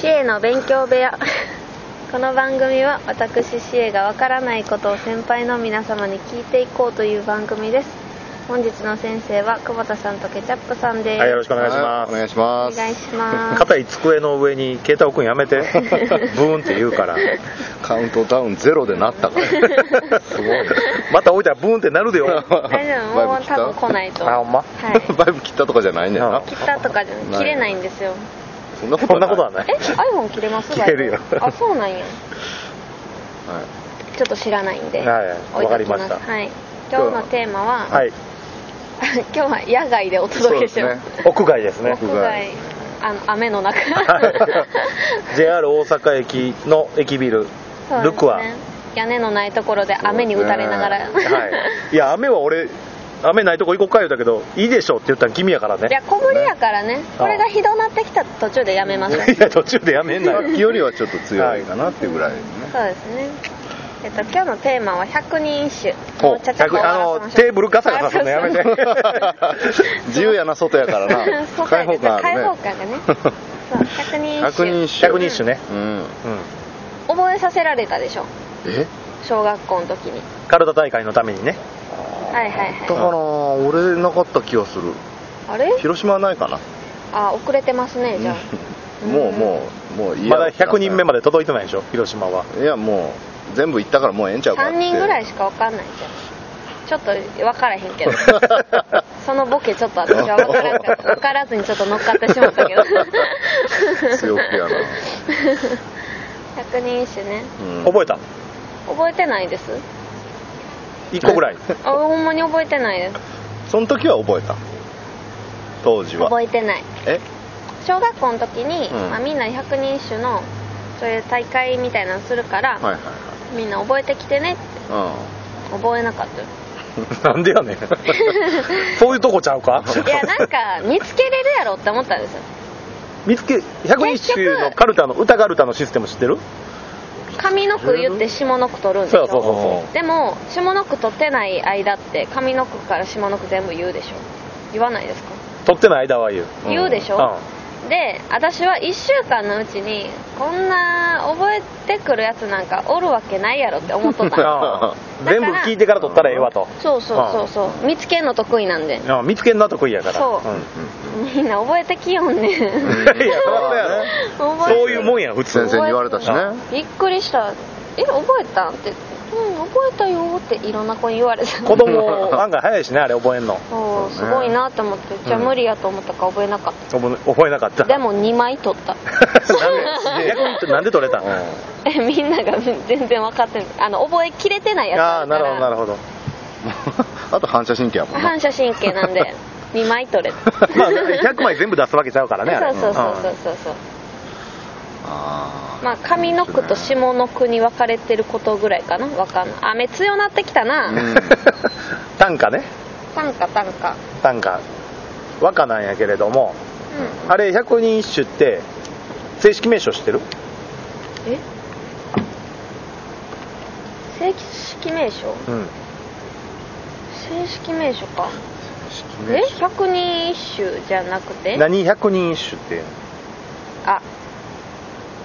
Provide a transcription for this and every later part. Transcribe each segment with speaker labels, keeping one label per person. Speaker 1: シエの勉強部屋 この番組は私シエがわからないことを先輩の皆様に聞いていこうという番組です本日の先生は久保田さんとケチャップさんです、
Speaker 2: はい、よろしくお願いしま
Speaker 3: お願い
Speaker 2: す。
Speaker 3: しま
Speaker 1: お
Speaker 3: す。
Speaker 1: 願いします
Speaker 2: 硬い机の上に、慶太郎君やめて、ブーンって言うから、
Speaker 3: カウントダウンゼロでなったから。すごいね。
Speaker 2: また置いたらブーンってなるで よ。
Speaker 1: 大丈夫も
Speaker 3: バイ
Speaker 1: う
Speaker 3: ブ切った
Speaker 1: 多分来ないと
Speaker 2: あ、ほんま。
Speaker 1: はい
Speaker 3: バイブ切ったとかじゃないんだよな。
Speaker 1: 切ったとかじゃない切れないんですよ
Speaker 3: そんな
Speaker 2: そんなことは
Speaker 3: は
Speaker 2: ない
Speaker 1: え。iPhone 切れます
Speaker 2: 切れるよ
Speaker 1: あそうなんや
Speaker 3: はい。
Speaker 1: ちょっと知らないんで
Speaker 2: はい
Speaker 1: 置いとき
Speaker 2: わかりました
Speaker 1: はい今日のテーマは、
Speaker 2: はい、
Speaker 1: 今日は野外でお届けしてます
Speaker 3: そう
Speaker 2: 屋外ですね。
Speaker 1: 屋外あの雨の中
Speaker 2: JR 大阪駅の駅ビル、
Speaker 1: そうですね
Speaker 2: ルクア。
Speaker 1: 屋根のないところで雨に打たれながら、
Speaker 3: そう
Speaker 2: はい。いや、雨は俺、雨ないとこ行こうか言うたけど、いいでしょって言ったら君やから
Speaker 1: いや
Speaker 2: ね。
Speaker 1: 小ぶりやからね
Speaker 2: あ
Speaker 1: これがひどなってきた途中でやめますそう
Speaker 2: いや、途中でやめんな
Speaker 3: さっ
Speaker 2: よ。
Speaker 3: きよりはちょっと強いかなっていうぐらいね。
Speaker 1: ですねえっと今日のテーマは百人一首も
Speaker 2: お
Speaker 1: うちゃちゃと終わらせま
Speaker 2: あの、
Speaker 1: しょう。
Speaker 2: テーブルガサガサするのやめて。
Speaker 3: 自由やな、外やからな
Speaker 1: そう
Speaker 3: 開放感あ
Speaker 1: 開放
Speaker 3: るね。
Speaker 1: 感がねそう百人一
Speaker 3: 百人
Speaker 1: 首
Speaker 3: 一
Speaker 2: 百
Speaker 3: 首。
Speaker 2: 人一首ね。
Speaker 3: うん。
Speaker 2: うん。
Speaker 1: 覚えさせられたでしょ
Speaker 3: え
Speaker 1: 小学校の時に
Speaker 2: カルタ大会のためにね。
Speaker 1: はいはい
Speaker 3: だか
Speaker 1: はい
Speaker 3: ら、俺なかった気がする。
Speaker 1: あれ
Speaker 3: 広島はないかな。
Speaker 1: あ遅れてますねじゃあ、
Speaker 3: もうもう、もういいや
Speaker 2: まだ100人目まで届いてないでしょ、広島は。
Speaker 3: いや、もう、全部行ったからもうええんちゃうかって。
Speaker 1: 3人ぐらいしか分かんないじゃんちょっと分からへん けどそのボケちょっと私は分からんかった分からずにちょっと乗っかってしまったけ ど
Speaker 3: 強気やな。
Speaker 1: 百人一首ね
Speaker 3: うん
Speaker 2: 覚えた
Speaker 1: 覚えてないです
Speaker 2: 1個ぐらい。
Speaker 1: あほんまに覚えてないです
Speaker 3: その時は覚えた当時は
Speaker 1: 覚えてない
Speaker 3: え
Speaker 1: 小学校の時に、
Speaker 3: うん
Speaker 1: まあ、みんな百人一首のそういう大会みたいなのするから、
Speaker 3: はいはい
Speaker 1: みんな覚えてきてねって
Speaker 3: は
Speaker 1: 覚えなかったよ
Speaker 2: なんでやねん。そういうとこちゃうか
Speaker 1: いやなんか見つけれるやろって思ったんですよ
Speaker 2: 見つけ、101
Speaker 1: 結
Speaker 2: 首
Speaker 1: 局
Speaker 2: のカルタの、歌カルタのシステム知ってる
Speaker 1: 上の句言って下の句取るんでし
Speaker 2: そ
Speaker 1: ょ
Speaker 2: うそうそうそ
Speaker 1: でも下の句取ってない間って上の句から下の句全部言うでしょ言わないですか、
Speaker 2: う。取ってない間は言う。
Speaker 3: うん
Speaker 1: 言うでし
Speaker 2: う
Speaker 1: ょ、
Speaker 2: ん。
Speaker 1: で私は1週間のうちにこんな覚えてくるやつなんかおるわけないやろって思っとった
Speaker 2: ああ全部聞いてから取ったらええわと。
Speaker 1: そうそうそうそう見つけんの得意なんで
Speaker 2: ああ見つけんな得意やから。
Speaker 1: そうんみんな覚えてきよんねん
Speaker 2: いや、そりゃそうやろ。
Speaker 1: 覚えて
Speaker 2: そういうもんや、普通
Speaker 3: 先。生に言われたしね
Speaker 1: 覚えてないびっくりしたえ覚えたんってうん覚えたよっていろんな子に言われた
Speaker 2: 子供、案外早いしね、あれ覚えんの。
Speaker 1: おー
Speaker 3: そう
Speaker 1: す
Speaker 3: ね
Speaker 1: ごいなって思ってじゃあ
Speaker 2: うん
Speaker 1: 無理やと思ったから覚えなかっ、
Speaker 2: 覚え覚えなかったた。
Speaker 1: でも2枚取った
Speaker 2: なんで逆に言ってなんで取れたんあ
Speaker 1: えみんなが全然分かってないあの覚えきれてないやつ
Speaker 2: あ、
Speaker 1: あ
Speaker 2: なるほど、なる
Speaker 1: ほ
Speaker 2: ほ ど。
Speaker 3: あと反射神経やもんな
Speaker 1: 反射神経なん で2枚取れた
Speaker 2: まあ、100枚全部出すわけちゃうか らね、あ
Speaker 1: そ
Speaker 2: れ。
Speaker 1: うそうそうそうそうそう
Speaker 3: あー
Speaker 1: まあ上の句と下の句に分かれてることぐらいかな分かんない雨強なってきた
Speaker 3: う
Speaker 1: なん
Speaker 2: 短歌ね。
Speaker 1: 短歌短歌
Speaker 2: 短歌和歌なんやけれどもあれ百人一首って正式名称知ってる
Speaker 1: うんえ正式名称
Speaker 2: うん
Speaker 1: 正式名称かえ
Speaker 3: ね
Speaker 1: 百人一首じゃなくて
Speaker 2: 何百人一首って
Speaker 1: あ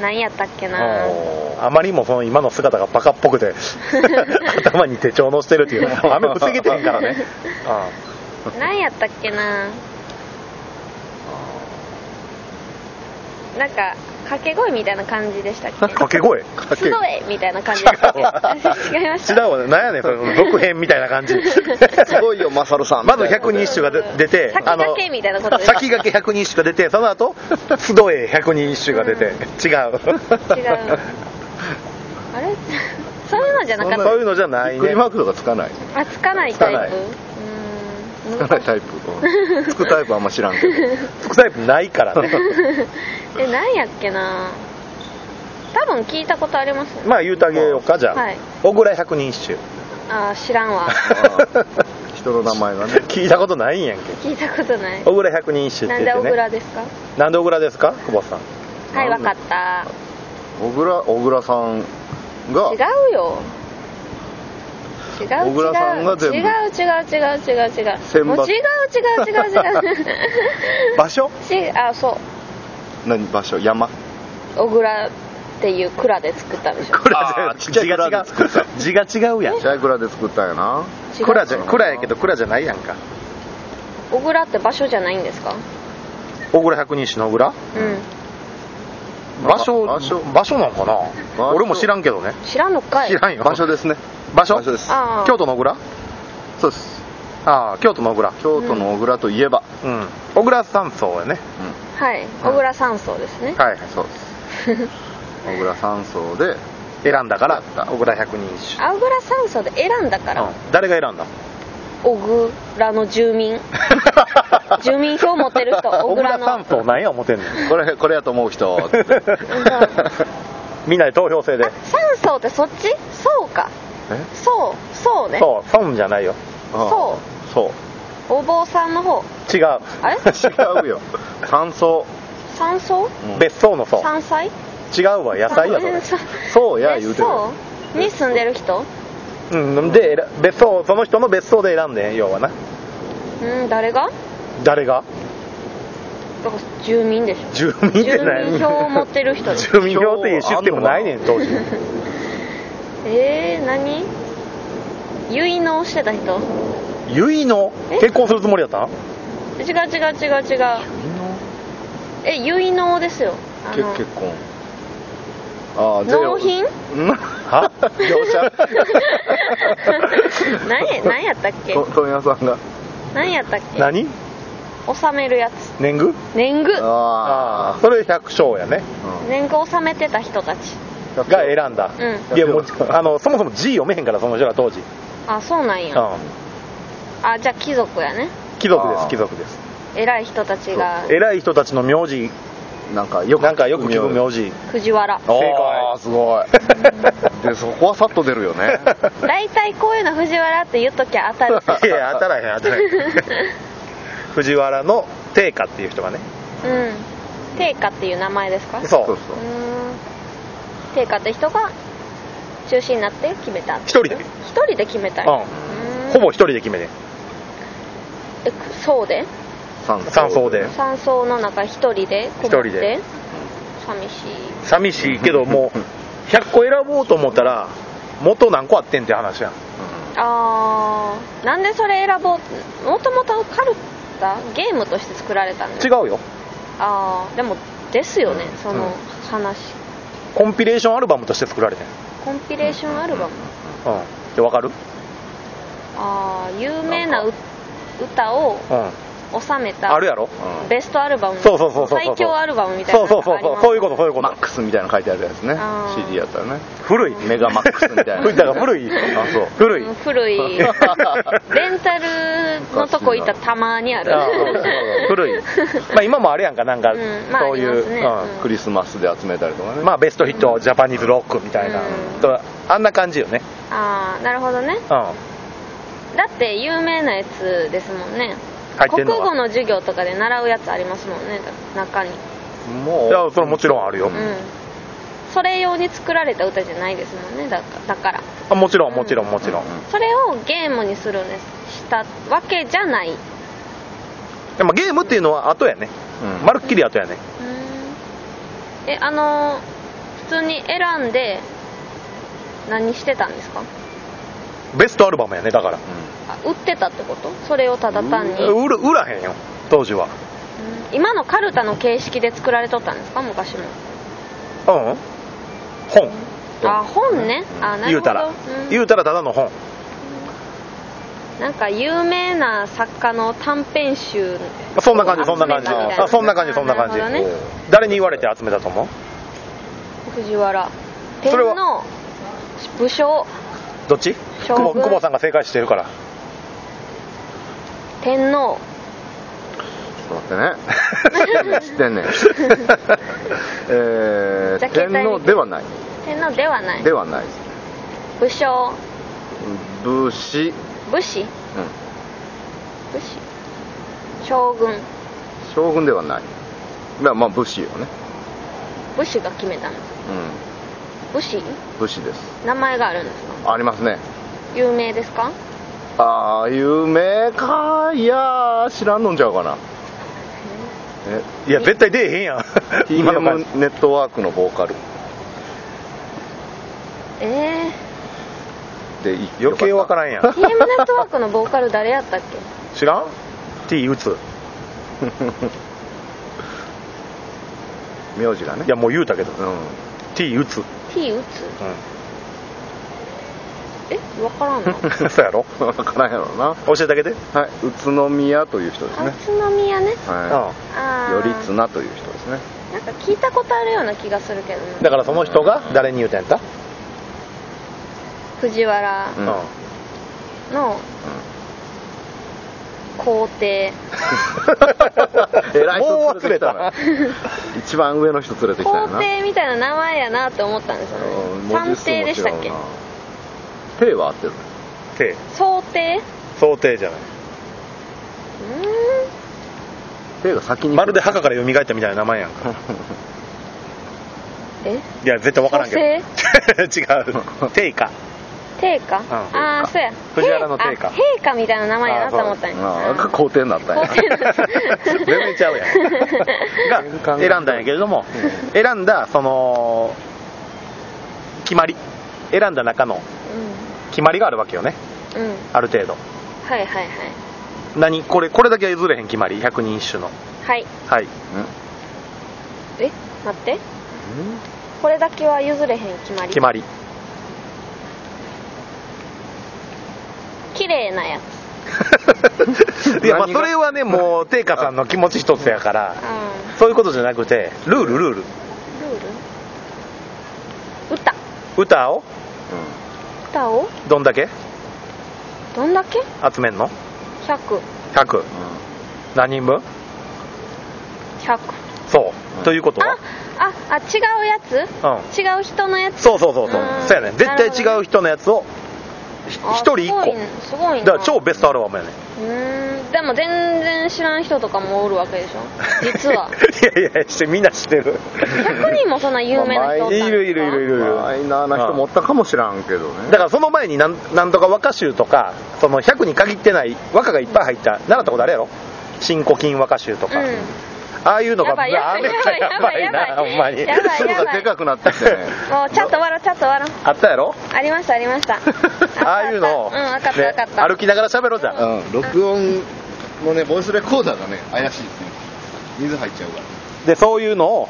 Speaker 1: 何やったっけな
Speaker 2: ああまりにもその今の姿がバカっぽくて頭に手帳のしてるっていう雨防げてへんからねあ
Speaker 1: 何やったっけななんか掛け声みたいな感じでしたっ
Speaker 2: あ
Speaker 1: け
Speaker 2: 掛け声
Speaker 1: 集えみたいな感じ でしたっけ違いまし
Speaker 2: 違
Speaker 1: た
Speaker 2: うわ何やねんその続編みたいな感じ
Speaker 3: すごいよマサルさん
Speaker 2: まず百人一首が出出て
Speaker 1: 先駆け
Speaker 2: あの
Speaker 1: みたいなことです
Speaker 2: 先駆け百人一首が出てその後集え百人一首が出て、違う
Speaker 1: 違うあれそういうのじゃなかった
Speaker 2: そういうのじゃな
Speaker 3: び
Speaker 2: い
Speaker 3: っく
Speaker 2: ね
Speaker 3: りマークとかつかない
Speaker 1: あつかないタ
Speaker 2: つかな
Speaker 1: イ
Speaker 2: い
Speaker 1: プうー
Speaker 3: つ
Speaker 1: ん
Speaker 3: かないタイプ うんつくタイプあんま知らんけど
Speaker 2: 副タイプないからね
Speaker 1: え何やっけな多分聞いたことあります
Speaker 2: まあ言うてあげようかじゃあ、
Speaker 1: はい
Speaker 2: 小倉百人一首
Speaker 1: あー知らんわ
Speaker 3: 人の名前がね
Speaker 2: 聞いたことないんやんけ
Speaker 1: 聞いたことない
Speaker 2: 小倉百人一首
Speaker 1: な
Speaker 2: って
Speaker 1: んで
Speaker 2: 言
Speaker 1: 小
Speaker 2: ってね
Speaker 1: 倉ですか
Speaker 2: なんで小倉ですか久保さん
Speaker 1: はいわかった
Speaker 3: 小倉小倉さんが
Speaker 1: 違うよ違う違う
Speaker 3: 小倉さんが全部
Speaker 1: 違う違う違う違う違う
Speaker 3: 選抜
Speaker 1: もう違う違う違う 違う
Speaker 3: 場所
Speaker 1: しあそう
Speaker 3: 何場所山
Speaker 1: 小倉っていう蔵で作ったんでしょ
Speaker 2: これ
Speaker 3: あーちっちゃい
Speaker 2: 字が違う
Speaker 3: 蔵で作っ
Speaker 2: 字が違うやん
Speaker 3: シャイクラで作ったんやな
Speaker 1: 違う
Speaker 2: 蔵じゃ蔵やけど蔵じゃないやんか
Speaker 1: 小倉って場所じゃないんですか
Speaker 2: 小倉百人氏の小倉
Speaker 1: うん
Speaker 2: 場所
Speaker 3: 場所
Speaker 2: 場所なんかな
Speaker 3: 所
Speaker 2: 俺も知らんけどね
Speaker 1: 知らんのかい
Speaker 2: 知らんよ
Speaker 3: 場所ですね
Speaker 2: 場所
Speaker 3: 場所です
Speaker 1: ああ
Speaker 2: 京都の小倉
Speaker 3: そうです
Speaker 2: ああ京都の小倉
Speaker 3: 京都の小倉といえば、
Speaker 2: うん小倉山荘やね
Speaker 3: う
Speaker 1: はい小倉山荘ですね、
Speaker 2: はい
Speaker 3: ん、そうです小倉山荘で
Speaker 2: 選んだから小倉百人氏
Speaker 1: 小倉山荘で選んだから、
Speaker 2: うん誰が選んだ
Speaker 1: 小倉の住民 住民票持ってる 人小
Speaker 2: 小
Speaker 1: 倉
Speaker 2: 倉
Speaker 1: の
Speaker 2: 山荘なんや思てんの
Speaker 3: これこれやと思う人
Speaker 2: みんなで投票制で
Speaker 1: 山荘ってそっちそうか
Speaker 3: え
Speaker 1: そうそうね
Speaker 2: そう損じゃないよ
Speaker 1: そ
Speaker 2: そ
Speaker 1: お坊さんの方
Speaker 2: う違う
Speaker 1: あれ
Speaker 3: 違うよ山荘、
Speaker 1: 山荘
Speaker 3: うん
Speaker 2: 別荘の層
Speaker 1: 山菜
Speaker 2: 違うわ野菜やそれ
Speaker 1: 山
Speaker 3: そうや言うてる
Speaker 1: そうに住んでる人
Speaker 2: うん、で選別荘その人の別荘で選んでん要はな
Speaker 1: うん誰が
Speaker 2: 誰が
Speaker 1: だから住民でしょ
Speaker 2: 住民って
Speaker 1: 住
Speaker 2: 何
Speaker 1: 民票を持ってる人 です
Speaker 2: 住民票っていうシステムないねん当時
Speaker 1: えー、何結納してた人
Speaker 2: 結納
Speaker 1: え
Speaker 2: 結婚するつもりだったん
Speaker 1: 違う違う違う違う
Speaker 3: みんな
Speaker 1: え結納ですよあ
Speaker 3: け
Speaker 1: の
Speaker 3: 結婚ああ
Speaker 1: 納 品
Speaker 2: は
Speaker 3: 業者
Speaker 1: 何や何やったっけ
Speaker 3: と問屋さんが
Speaker 1: 何やったっけ
Speaker 2: 何
Speaker 1: 納めるやつ
Speaker 2: 年貢
Speaker 1: 年貢
Speaker 2: ああ
Speaker 3: あ
Speaker 2: それ百姓やね
Speaker 3: あ、
Speaker 1: 年貢納めてた人たち
Speaker 3: うん
Speaker 2: が選んだ、
Speaker 1: う
Speaker 2: いやもうあのそもそも字読めへんからその人ら当時、
Speaker 1: あそうなん
Speaker 2: うん
Speaker 1: や、あじゃあ貴族やね
Speaker 2: 貴族で
Speaker 3: あ
Speaker 2: す
Speaker 3: ー
Speaker 2: 貴族です
Speaker 1: 偉い人たちが
Speaker 2: 偉い人たちの名字
Speaker 3: なんかよく
Speaker 2: なんかよく聞く名字
Speaker 1: 藤原
Speaker 3: ああすごいでそこはさっと出るよね
Speaker 1: 大体こういうの藤原って言っときゃ当 たるさ
Speaker 2: いや当たらへん当たらへん藤原の定家っていう人がね
Speaker 1: うん定家っていう名前ですか
Speaker 2: そう
Speaker 3: そう
Speaker 1: う
Speaker 3: そ
Speaker 1: ー
Speaker 3: う
Speaker 1: ん定家って人が中心になって決めた
Speaker 2: 一人で
Speaker 1: 一人で決めたんや
Speaker 2: うん
Speaker 1: うーん
Speaker 2: ほぼ一人で決めて
Speaker 1: えくそうで
Speaker 3: 山
Speaker 2: 山荘で
Speaker 1: 山荘の中一人でこもって
Speaker 2: 一人で
Speaker 1: 寂しい
Speaker 2: 寂しいけど もう100個選ぼうと思ったら元何個あってんって話やん
Speaker 1: あーなんでそれ選ぼうもともとカルタゲームとして作られたんで
Speaker 2: 違
Speaker 1: す
Speaker 2: うよ
Speaker 1: ああでもですよねその話、
Speaker 2: コンピレーションアルバムとして作られてん、
Speaker 1: コンピレーションアルバム
Speaker 2: うん、でわかる
Speaker 1: ああ有名なう歌を
Speaker 2: うん
Speaker 1: 収めた
Speaker 2: あるやろ
Speaker 3: うん
Speaker 1: ベストアルバム
Speaker 2: そうそうそうそうそう
Speaker 1: 最強アルバムみたいな
Speaker 2: そう
Speaker 1: の
Speaker 2: そう
Speaker 1: がありま
Speaker 2: そうそう
Speaker 1: す
Speaker 2: そういうことそういうこと、
Speaker 3: マックスみたいなの書いてあるやつね
Speaker 1: あー
Speaker 3: CD やったらね
Speaker 2: 古い
Speaker 3: メガマックスみたいな
Speaker 2: 古いだから古い
Speaker 3: あそう
Speaker 2: 古い
Speaker 1: うん古いレンタルのとこ行ったらたまにある
Speaker 2: あーそうそうそう 古いまあ今もあるやんかなんか、
Speaker 1: うんまあ
Speaker 2: そうい
Speaker 1: あります
Speaker 2: う、
Speaker 1: ね
Speaker 2: うん
Speaker 1: うん
Speaker 3: クリスマスで集めたりとかね
Speaker 2: まあベストヒットジャパニーズロックみたいな、
Speaker 1: うん
Speaker 2: とあんな感じよね
Speaker 1: ああなるほどね
Speaker 2: うん
Speaker 1: だって有名なやつですもんね
Speaker 2: 入って
Speaker 1: 国
Speaker 2: んの
Speaker 1: 語
Speaker 2: は
Speaker 1: の授業とかで習うやつありますもんねだ中に
Speaker 2: い
Speaker 3: も
Speaker 2: うやそれもちろんあるよ、
Speaker 1: うんそれ用に作られた歌じゃないですもんねだかだから
Speaker 2: あもちろんもちろんもちろん、
Speaker 3: う
Speaker 1: それをゲームにするんですしたわけじゃない
Speaker 2: でもゲームっていうのは後やね、
Speaker 3: うん
Speaker 2: まるっきり後やね
Speaker 1: えあの普通に選んで何してたんですか
Speaker 2: ベストアルバムやねだから
Speaker 1: あ売ってたってことそれをただ単に、うん
Speaker 2: 売る売らへんよ当時は
Speaker 1: 今のカルタの形式で作られとったんですか昔も
Speaker 2: うん本
Speaker 1: あ本ねあな
Speaker 2: 言
Speaker 1: る
Speaker 2: う
Speaker 1: ほど
Speaker 2: たら、
Speaker 1: ん
Speaker 2: 言うたらただの本
Speaker 1: なんか有名な作家の短編集
Speaker 2: そんな感じそんな感じ
Speaker 1: 集めたみたいな
Speaker 2: あそんな感じそんな感じ
Speaker 1: あるほどね
Speaker 2: 誰に言われて集めたと思う
Speaker 1: 藤原天
Speaker 2: それは
Speaker 1: 皇武将
Speaker 2: どっち
Speaker 1: 将
Speaker 2: 久
Speaker 1: 軍
Speaker 2: 保久保さんが正解してるから
Speaker 1: 天皇
Speaker 3: ちょっと待って ね知ってんねんえ
Speaker 1: じゃあ
Speaker 3: ー
Speaker 1: 携帯見て
Speaker 3: 天皇ではない
Speaker 1: 天皇ではない
Speaker 3: ではない
Speaker 1: 武将
Speaker 3: 武士、うん、
Speaker 1: 武士武士将軍
Speaker 3: 将軍ではないまあまあ武士よね、
Speaker 1: 武士が決めたの
Speaker 3: う
Speaker 1: 武士
Speaker 3: ん、武士です
Speaker 1: 名前があるんですか
Speaker 3: ありますね
Speaker 1: 有名ですか
Speaker 3: ああ有名かいやー知らんのんちゃうかな
Speaker 2: いや絶対出えへんや ん今の感じ
Speaker 3: TM ネットワークのボーカル
Speaker 1: え
Speaker 3: で
Speaker 2: 余計わからんや
Speaker 1: ー、TM ネットワークのボーカル誰やったっけ
Speaker 2: 知らん ?T 打つ
Speaker 3: ん 名字がね
Speaker 2: いやもう言うたけど
Speaker 3: うん
Speaker 2: T 打つ
Speaker 1: T 打つえわからん の
Speaker 2: うんそうやろ
Speaker 3: 分からんやろな
Speaker 2: 教えてあげて
Speaker 3: はい宇都宮という人ですね
Speaker 1: 宇都宮ね
Speaker 3: は
Speaker 1: ああ
Speaker 3: いよりつなという人ですね
Speaker 1: なんか聞いたことあるような気がするけど
Speaker 2: うん
Speaker 1: ね
Speaker 2: だからその人が誰に言うたんやった
Speaker 1: 藤原
Speaker 3: うん
Speaker 1: の皇 帝
Speaker 3: えらい人
Speaker 2: もう
Speaker 3: 連
Speaker 2: 忘
Speaker 3: て
Speaker 2: れ
Speaker 3: きた
Speaker 2: た
Speaker 3: な一番上の人連れてきたよ
Speaker 1: 皇
Speaker 3: な
Speaker 1: 帝みたいな名前やなって思ったんですよ
Speaker 3: うん
Speaker 1: ね探
Speaker 3: 文字数も違
Speaker 1: 偵
Speaker 3: う
Speaker 1: でしたっけ
Speaker 3: な帝は合ってるね
Speaker 2: て
Speaker 1: 想定
Speaker 2: 想定じゃない
Speaker 1: う
Speaker 3: 帝が先に
Speaker 2: まるで墓から蘇ったみたいな名前やんか
Speaker 3: うん
Speaker 1: ーんえ
Speaker 2: いや絶対わからんけど 違う定 価
Speaker 1: 陛下ああーそうや
Speaker 2: 藤原の陛下
Speaker 1: あ陛下みたいな名前やなと思ったん
Speaker 3: あ
Speaker 1: や
Speaker 3: あ皇帝になったんや
Speaker 2: 全然ちゃうやんが選んだんやけれども、選んだその決まり選んだ中の決まりがあるわけよね
Speaker 1: うんうん
Speaker 2: ある程度
Speaker 1: はいはいはい
Speaker 2: 何これこれだけは譲れへん決まり百人一首の
Speaker 1: はい
Speaker 2: はい
Speaker 1: え待ってこれだけは譲れへん決まり
Speaker 2: 決まり
Speaker 1: 綺麗なやつ
Speaker 2: いやまあそれはねもう定価さんの気持ち一つやから
Speaker 1: う
Speaker 2: そういうことじゃなくてルールルール
Speaker 1: んルール歌
Speaker 2: 歌を
Speaker 1: 歌を
Speaker 2: どんだけ
Speaker 1: どんだけ
Speaker 2: 集めんの
Speaker 1: ?100100
Speaker 2: 100何人分
Speaker 1: 100
Speaker 2: そううんということは
Speaker 1: あああ違うやつ
Speaker 2: うん
Speaker 1: 違う人のやつ
Speaker 2: そうそうそうそう
Speaker 1: うん
Speaker 2: そうやね絶対
Speaker 1: なるほ
Speaker 2: 違
Speaker 1: ど
Speaker 2: う人のやつをひ
Speaker 1: あ
Speaker 2: 一人一
Speaker 1: す
Speaker 2: 個
Speaker 1: ごいねすごいな
Speaker 2: だから超ベストアルバムやね
Speaker 1: うーんでも全然知らん人とかもおるわけでし ょ実はい
Speaker 2: やいやしてみんな知って る
Speaker 1: 100人もそんな有名な人おったんですか
Speaker 2: いるいるいるいる
Speaker 3: マイナーな人もおったかもしらんけどね
Speaker 2: だからその前になんなんとか和歌集とかその100に限ってない和歌がいっぱい入った習ったことあれやろ新古今和歌集とか、
Speaker 1: うん
Speaker 2: ああいうのが
Speaker 1: やばいやばい
Speaker 2: めっちゃやばいな
Speaker 1: やばいやばい
Speaker 2: ほんまに
Speaker 1: やばい
Speaker 3: 粒がでかくなってきてね
Speaker 1: もうちょっと笑うちょっと笑う
Speaker 2: あったやろ
Speaker 1: ありましたありましたあった
Speaker 2: ああいうのを、
Speaker 1: うん分かった
Speaker 2: ね
Speaker 1: 分かった、
Speaker 2: 歩きながら喋ろうじゃ ん、
Speaker 4: うん、録音のね、ボイスレコーダーがね、怪しいですね。水入っちゃうか
Speaker 2: でそういうのを、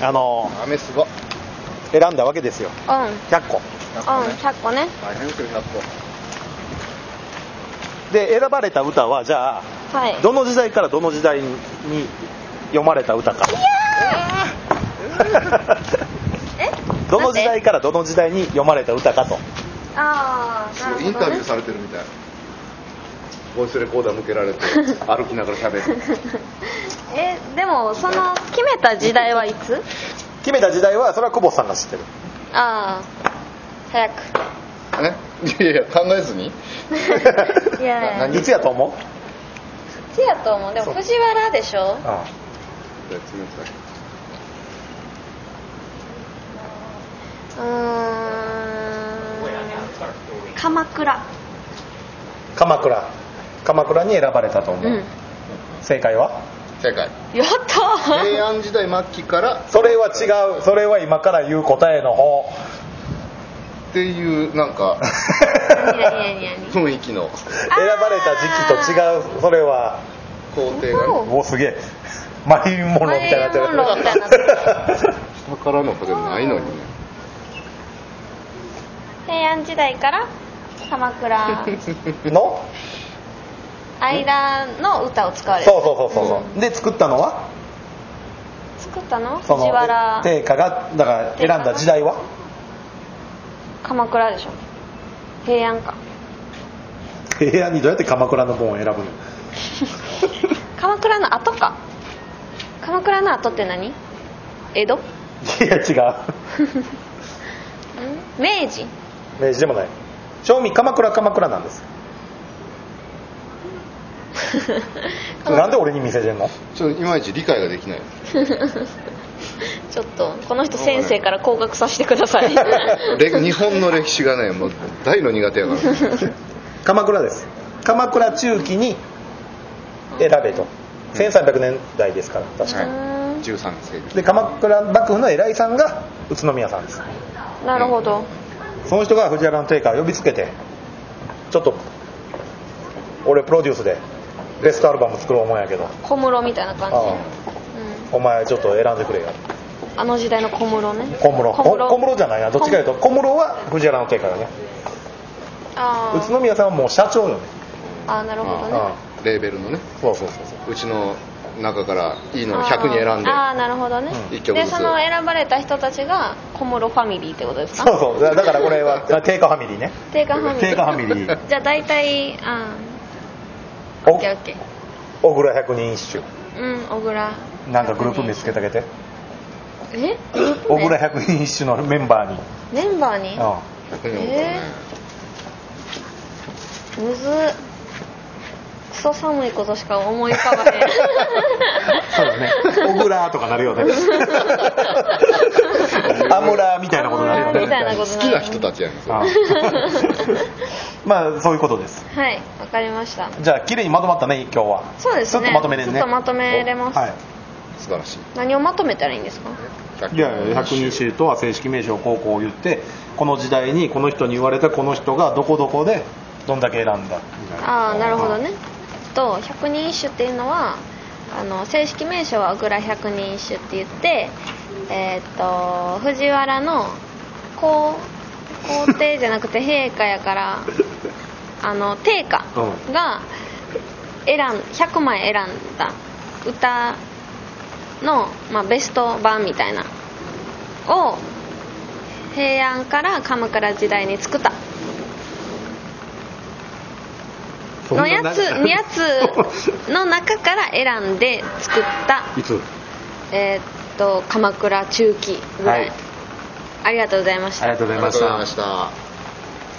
Speaker 1: う
Speaker 2: あの
Speaker 4: ら。雨すごい。
Speaker 2: 選んだわけですよ
Speaker 1: んうん
Speaker 2: 100個
Speaker 1: うん、100個ね。
Speaker 4: 大変ですよ、100
Speaker 2: で選ばれた歌はじゃあ
Speaker 1: はい。
Speaker 2: どの時代からどの時代に読まれた歌か
Speaker 1: え
Speaker 2: どの時代からどの時代に読まれた歌かと
Speaker 1: ああ、
Speaker 4: 個。す
Speaker 1: な
Speaker 4: ご
Speaker 1: る
Speaker 4: い、
Speaker 1: ほど、ね。
Speaker 4: インタビューされてるみたい。ボイスレコーダー向けら れて、歩きながら喋る。
Speaker 1: え、でも、その、決めた時代はい つ
Speaker 2: 決めた時代はそれは久保田さんが知ってる
Speaker 1: ああ、早 く。
Speaker 4: えいやいや、考えずに。
Speaker 1: いやいや、
Speaker 4: 何
Speaker 2: いつやと思う、
Speaker 1: こっちやと思う。でも、藤原でしょ
Speaker 4: じゃあ次の人
Speaker 1: うーん。鎌倉。
Speaker 2: 鎌倉鎌倉に選ばれたと思
Speaker 1: う
Speaker 2: う、
Speaker 1: ん。
Speaker 2: 正解は
Speaker 4: 正解。
Speaker 1: やったー
Speaker 4: 平安時代末期からっ
Speaker 2: それは違うそれは今から言う答えの方
Speaker 4: ていう、なん か、
Speaker 1: 何何何何
Speaker 4: 雰囲気の
Speaker 2: 選ばれた時期と違うそれは
Speaker 4: 工程がね。
Speaker 2: おおすげえマリリン・モンローみたいになってる
Speaker 1: マリリンモンローみたいになってる
Speaker 4: 下からのとでもないのにね。
Speaker 1: 平安時代から鎌 倉
Speaker 2: の
Speaker 1: 間の歌を使われる
Speaker 2: そうそうそうそうそうで作ったのは
Speaker 1: 作ったの
Speaker 2: その
Speaker 1: 藤原
Speaker 2: 定価がだから選んだ時代は
Speaker 1: 鎌倉でしょ平安か
Speaker 2: 平安にどうやって鎌倉の本を選ぶの
Speaker 1: 鎌倉の後か鎌倉の後って何江戸ん
Speaker 2: いや違う
Speaker 1: 明治
Speaker 2: 明治でもない正味鎌倉鎌倉なんです なんで俺に見せてんの
Speaker 4: ちょっといまいち理解ができない。
Speaker 1: ちょっとこの人先生から降格させてくださ い
Speaker 4: れ日本の歴史がね、もう大の苦手やから、 ね。
Speaker 2: 鎌倉です鎌倉中期に選べと1300年代ですから確かに
Speaker 1: うーん
Speaker 4: 13世紀
Speaker 2: で鎌倉幕府の偉いさんが宇都宮さんです
Speaker 1: なるほど
Speaker 2: その人が藤原の定家を呼びつけてちょっと俺プロデュースでベストアルバム作ろう思うんやけど
Speaker 1: 小室みたいな感じ
Speaker 2: あお前ちょっと選んでくれよ
Speaker 1: うん、あの時代の小室ね
Speaker 2: 小室
Speaker 1: 小
Speaker 2: 小
Speaker 1: 室
Speaker 2: 室小室じゃないなどっちかいうと小室は藤原の定家だね
Speaker 1: あ
Speaker 2: 宇都宮さんはもう社長よね
Speaker 1: ああーなるほどね
Speaker 2: あ
Speaker 4: レーベルのね
Speaker 2: そうそうそうそう
Speaker 4: うちの中からいいのを100に選んで
Speaker 1: あーあーなるほどね、
Speaker 4: うん一曲
Speaker 1: で
Speaker 4: ずつ
Speaker 1: その選ばれた人たちが小室ファミリーってことですか
Speaker 2: そうそうだだからこれ は定価ファミリーね
Speaker 1: 定価ファミリー
Speaker 2: 定価ファミリー
Speaker 1: じゃあ大体あーオッケーオッケー
Speaker 2: お小倉百人一
Speaker 1: うん小倉
Speaker 2: 首なんかグループ名つけてあげて
Speaker 1: えグループ
Speaker 2: 小
Speaker 1: 名
Speaker 2: 倉百人一首のメンバーに
Speaker 1: メンバーに
Speaker 2: あ
Speaker 4: 100に
Speaker 1: えむずっクソ寒いことしか思い浮かば へん
Speaker 2: そうだね小倉とかなるよねアムラみたいなことになるよね
Speaker 1: みたいなこと
Speaker 4: 好
Speaker 1: に
Speaker 4: き
Speaker 1: な
Speaker 4: な
Speaker 1: る
Speaker 4: 人たちやねんそれ
Speaker 2: ああまあそういうことです
Speaker 1: はいわかりました
Speaker 2: じゃあ綺麗にまとまったね今日は
Speaker 1: そうですね
Speaker 2: ちょっとまとめれるね
Speaker 1: ちょっとまとめれます
Speaker 2: はい
Speaker 4: 素晴らしい
Speaker 1: 何をまとめたらいいんですか
Speaker 2: いやいや百人一首とは正式名称こうこう言ってこの時代にこの人に言われたこの人がどこどこでどんだけ選んだみたいな
Speaker 1: ああなるほどねと百人一首っていうのはあの正式名称は小倉百人一首って言ってえーっと藤原の皇皇帝じゃなくて陛下やからあの定家が選ん100枚選んだ歌の、まあ、ベスト版みたいなを平安から鎌倉時代に作った
Speaker 2: そ ん
Speaker 1: の
Speaker 2: な
Speaker 1: や
Speaker 2: な
Speaker 1: つやつの中から選んで作った、
Speaker 2: いつ
Speaker 1: えーっと鎌倉中期ぐらい、
Speaker 2: はい
Speaker 1: ありがとうございまし
Speaker 2: あ
Speaker 1: た
Speaker 2: りがとうご
Speaker 4: あ
Speaker 2: ざい
Speaker 4: りが
Speaker 2: ま
Speaker 4: と
Speaker 2: し
Speaker 4: うござい
Speaker 2: た
Speaker 4: ました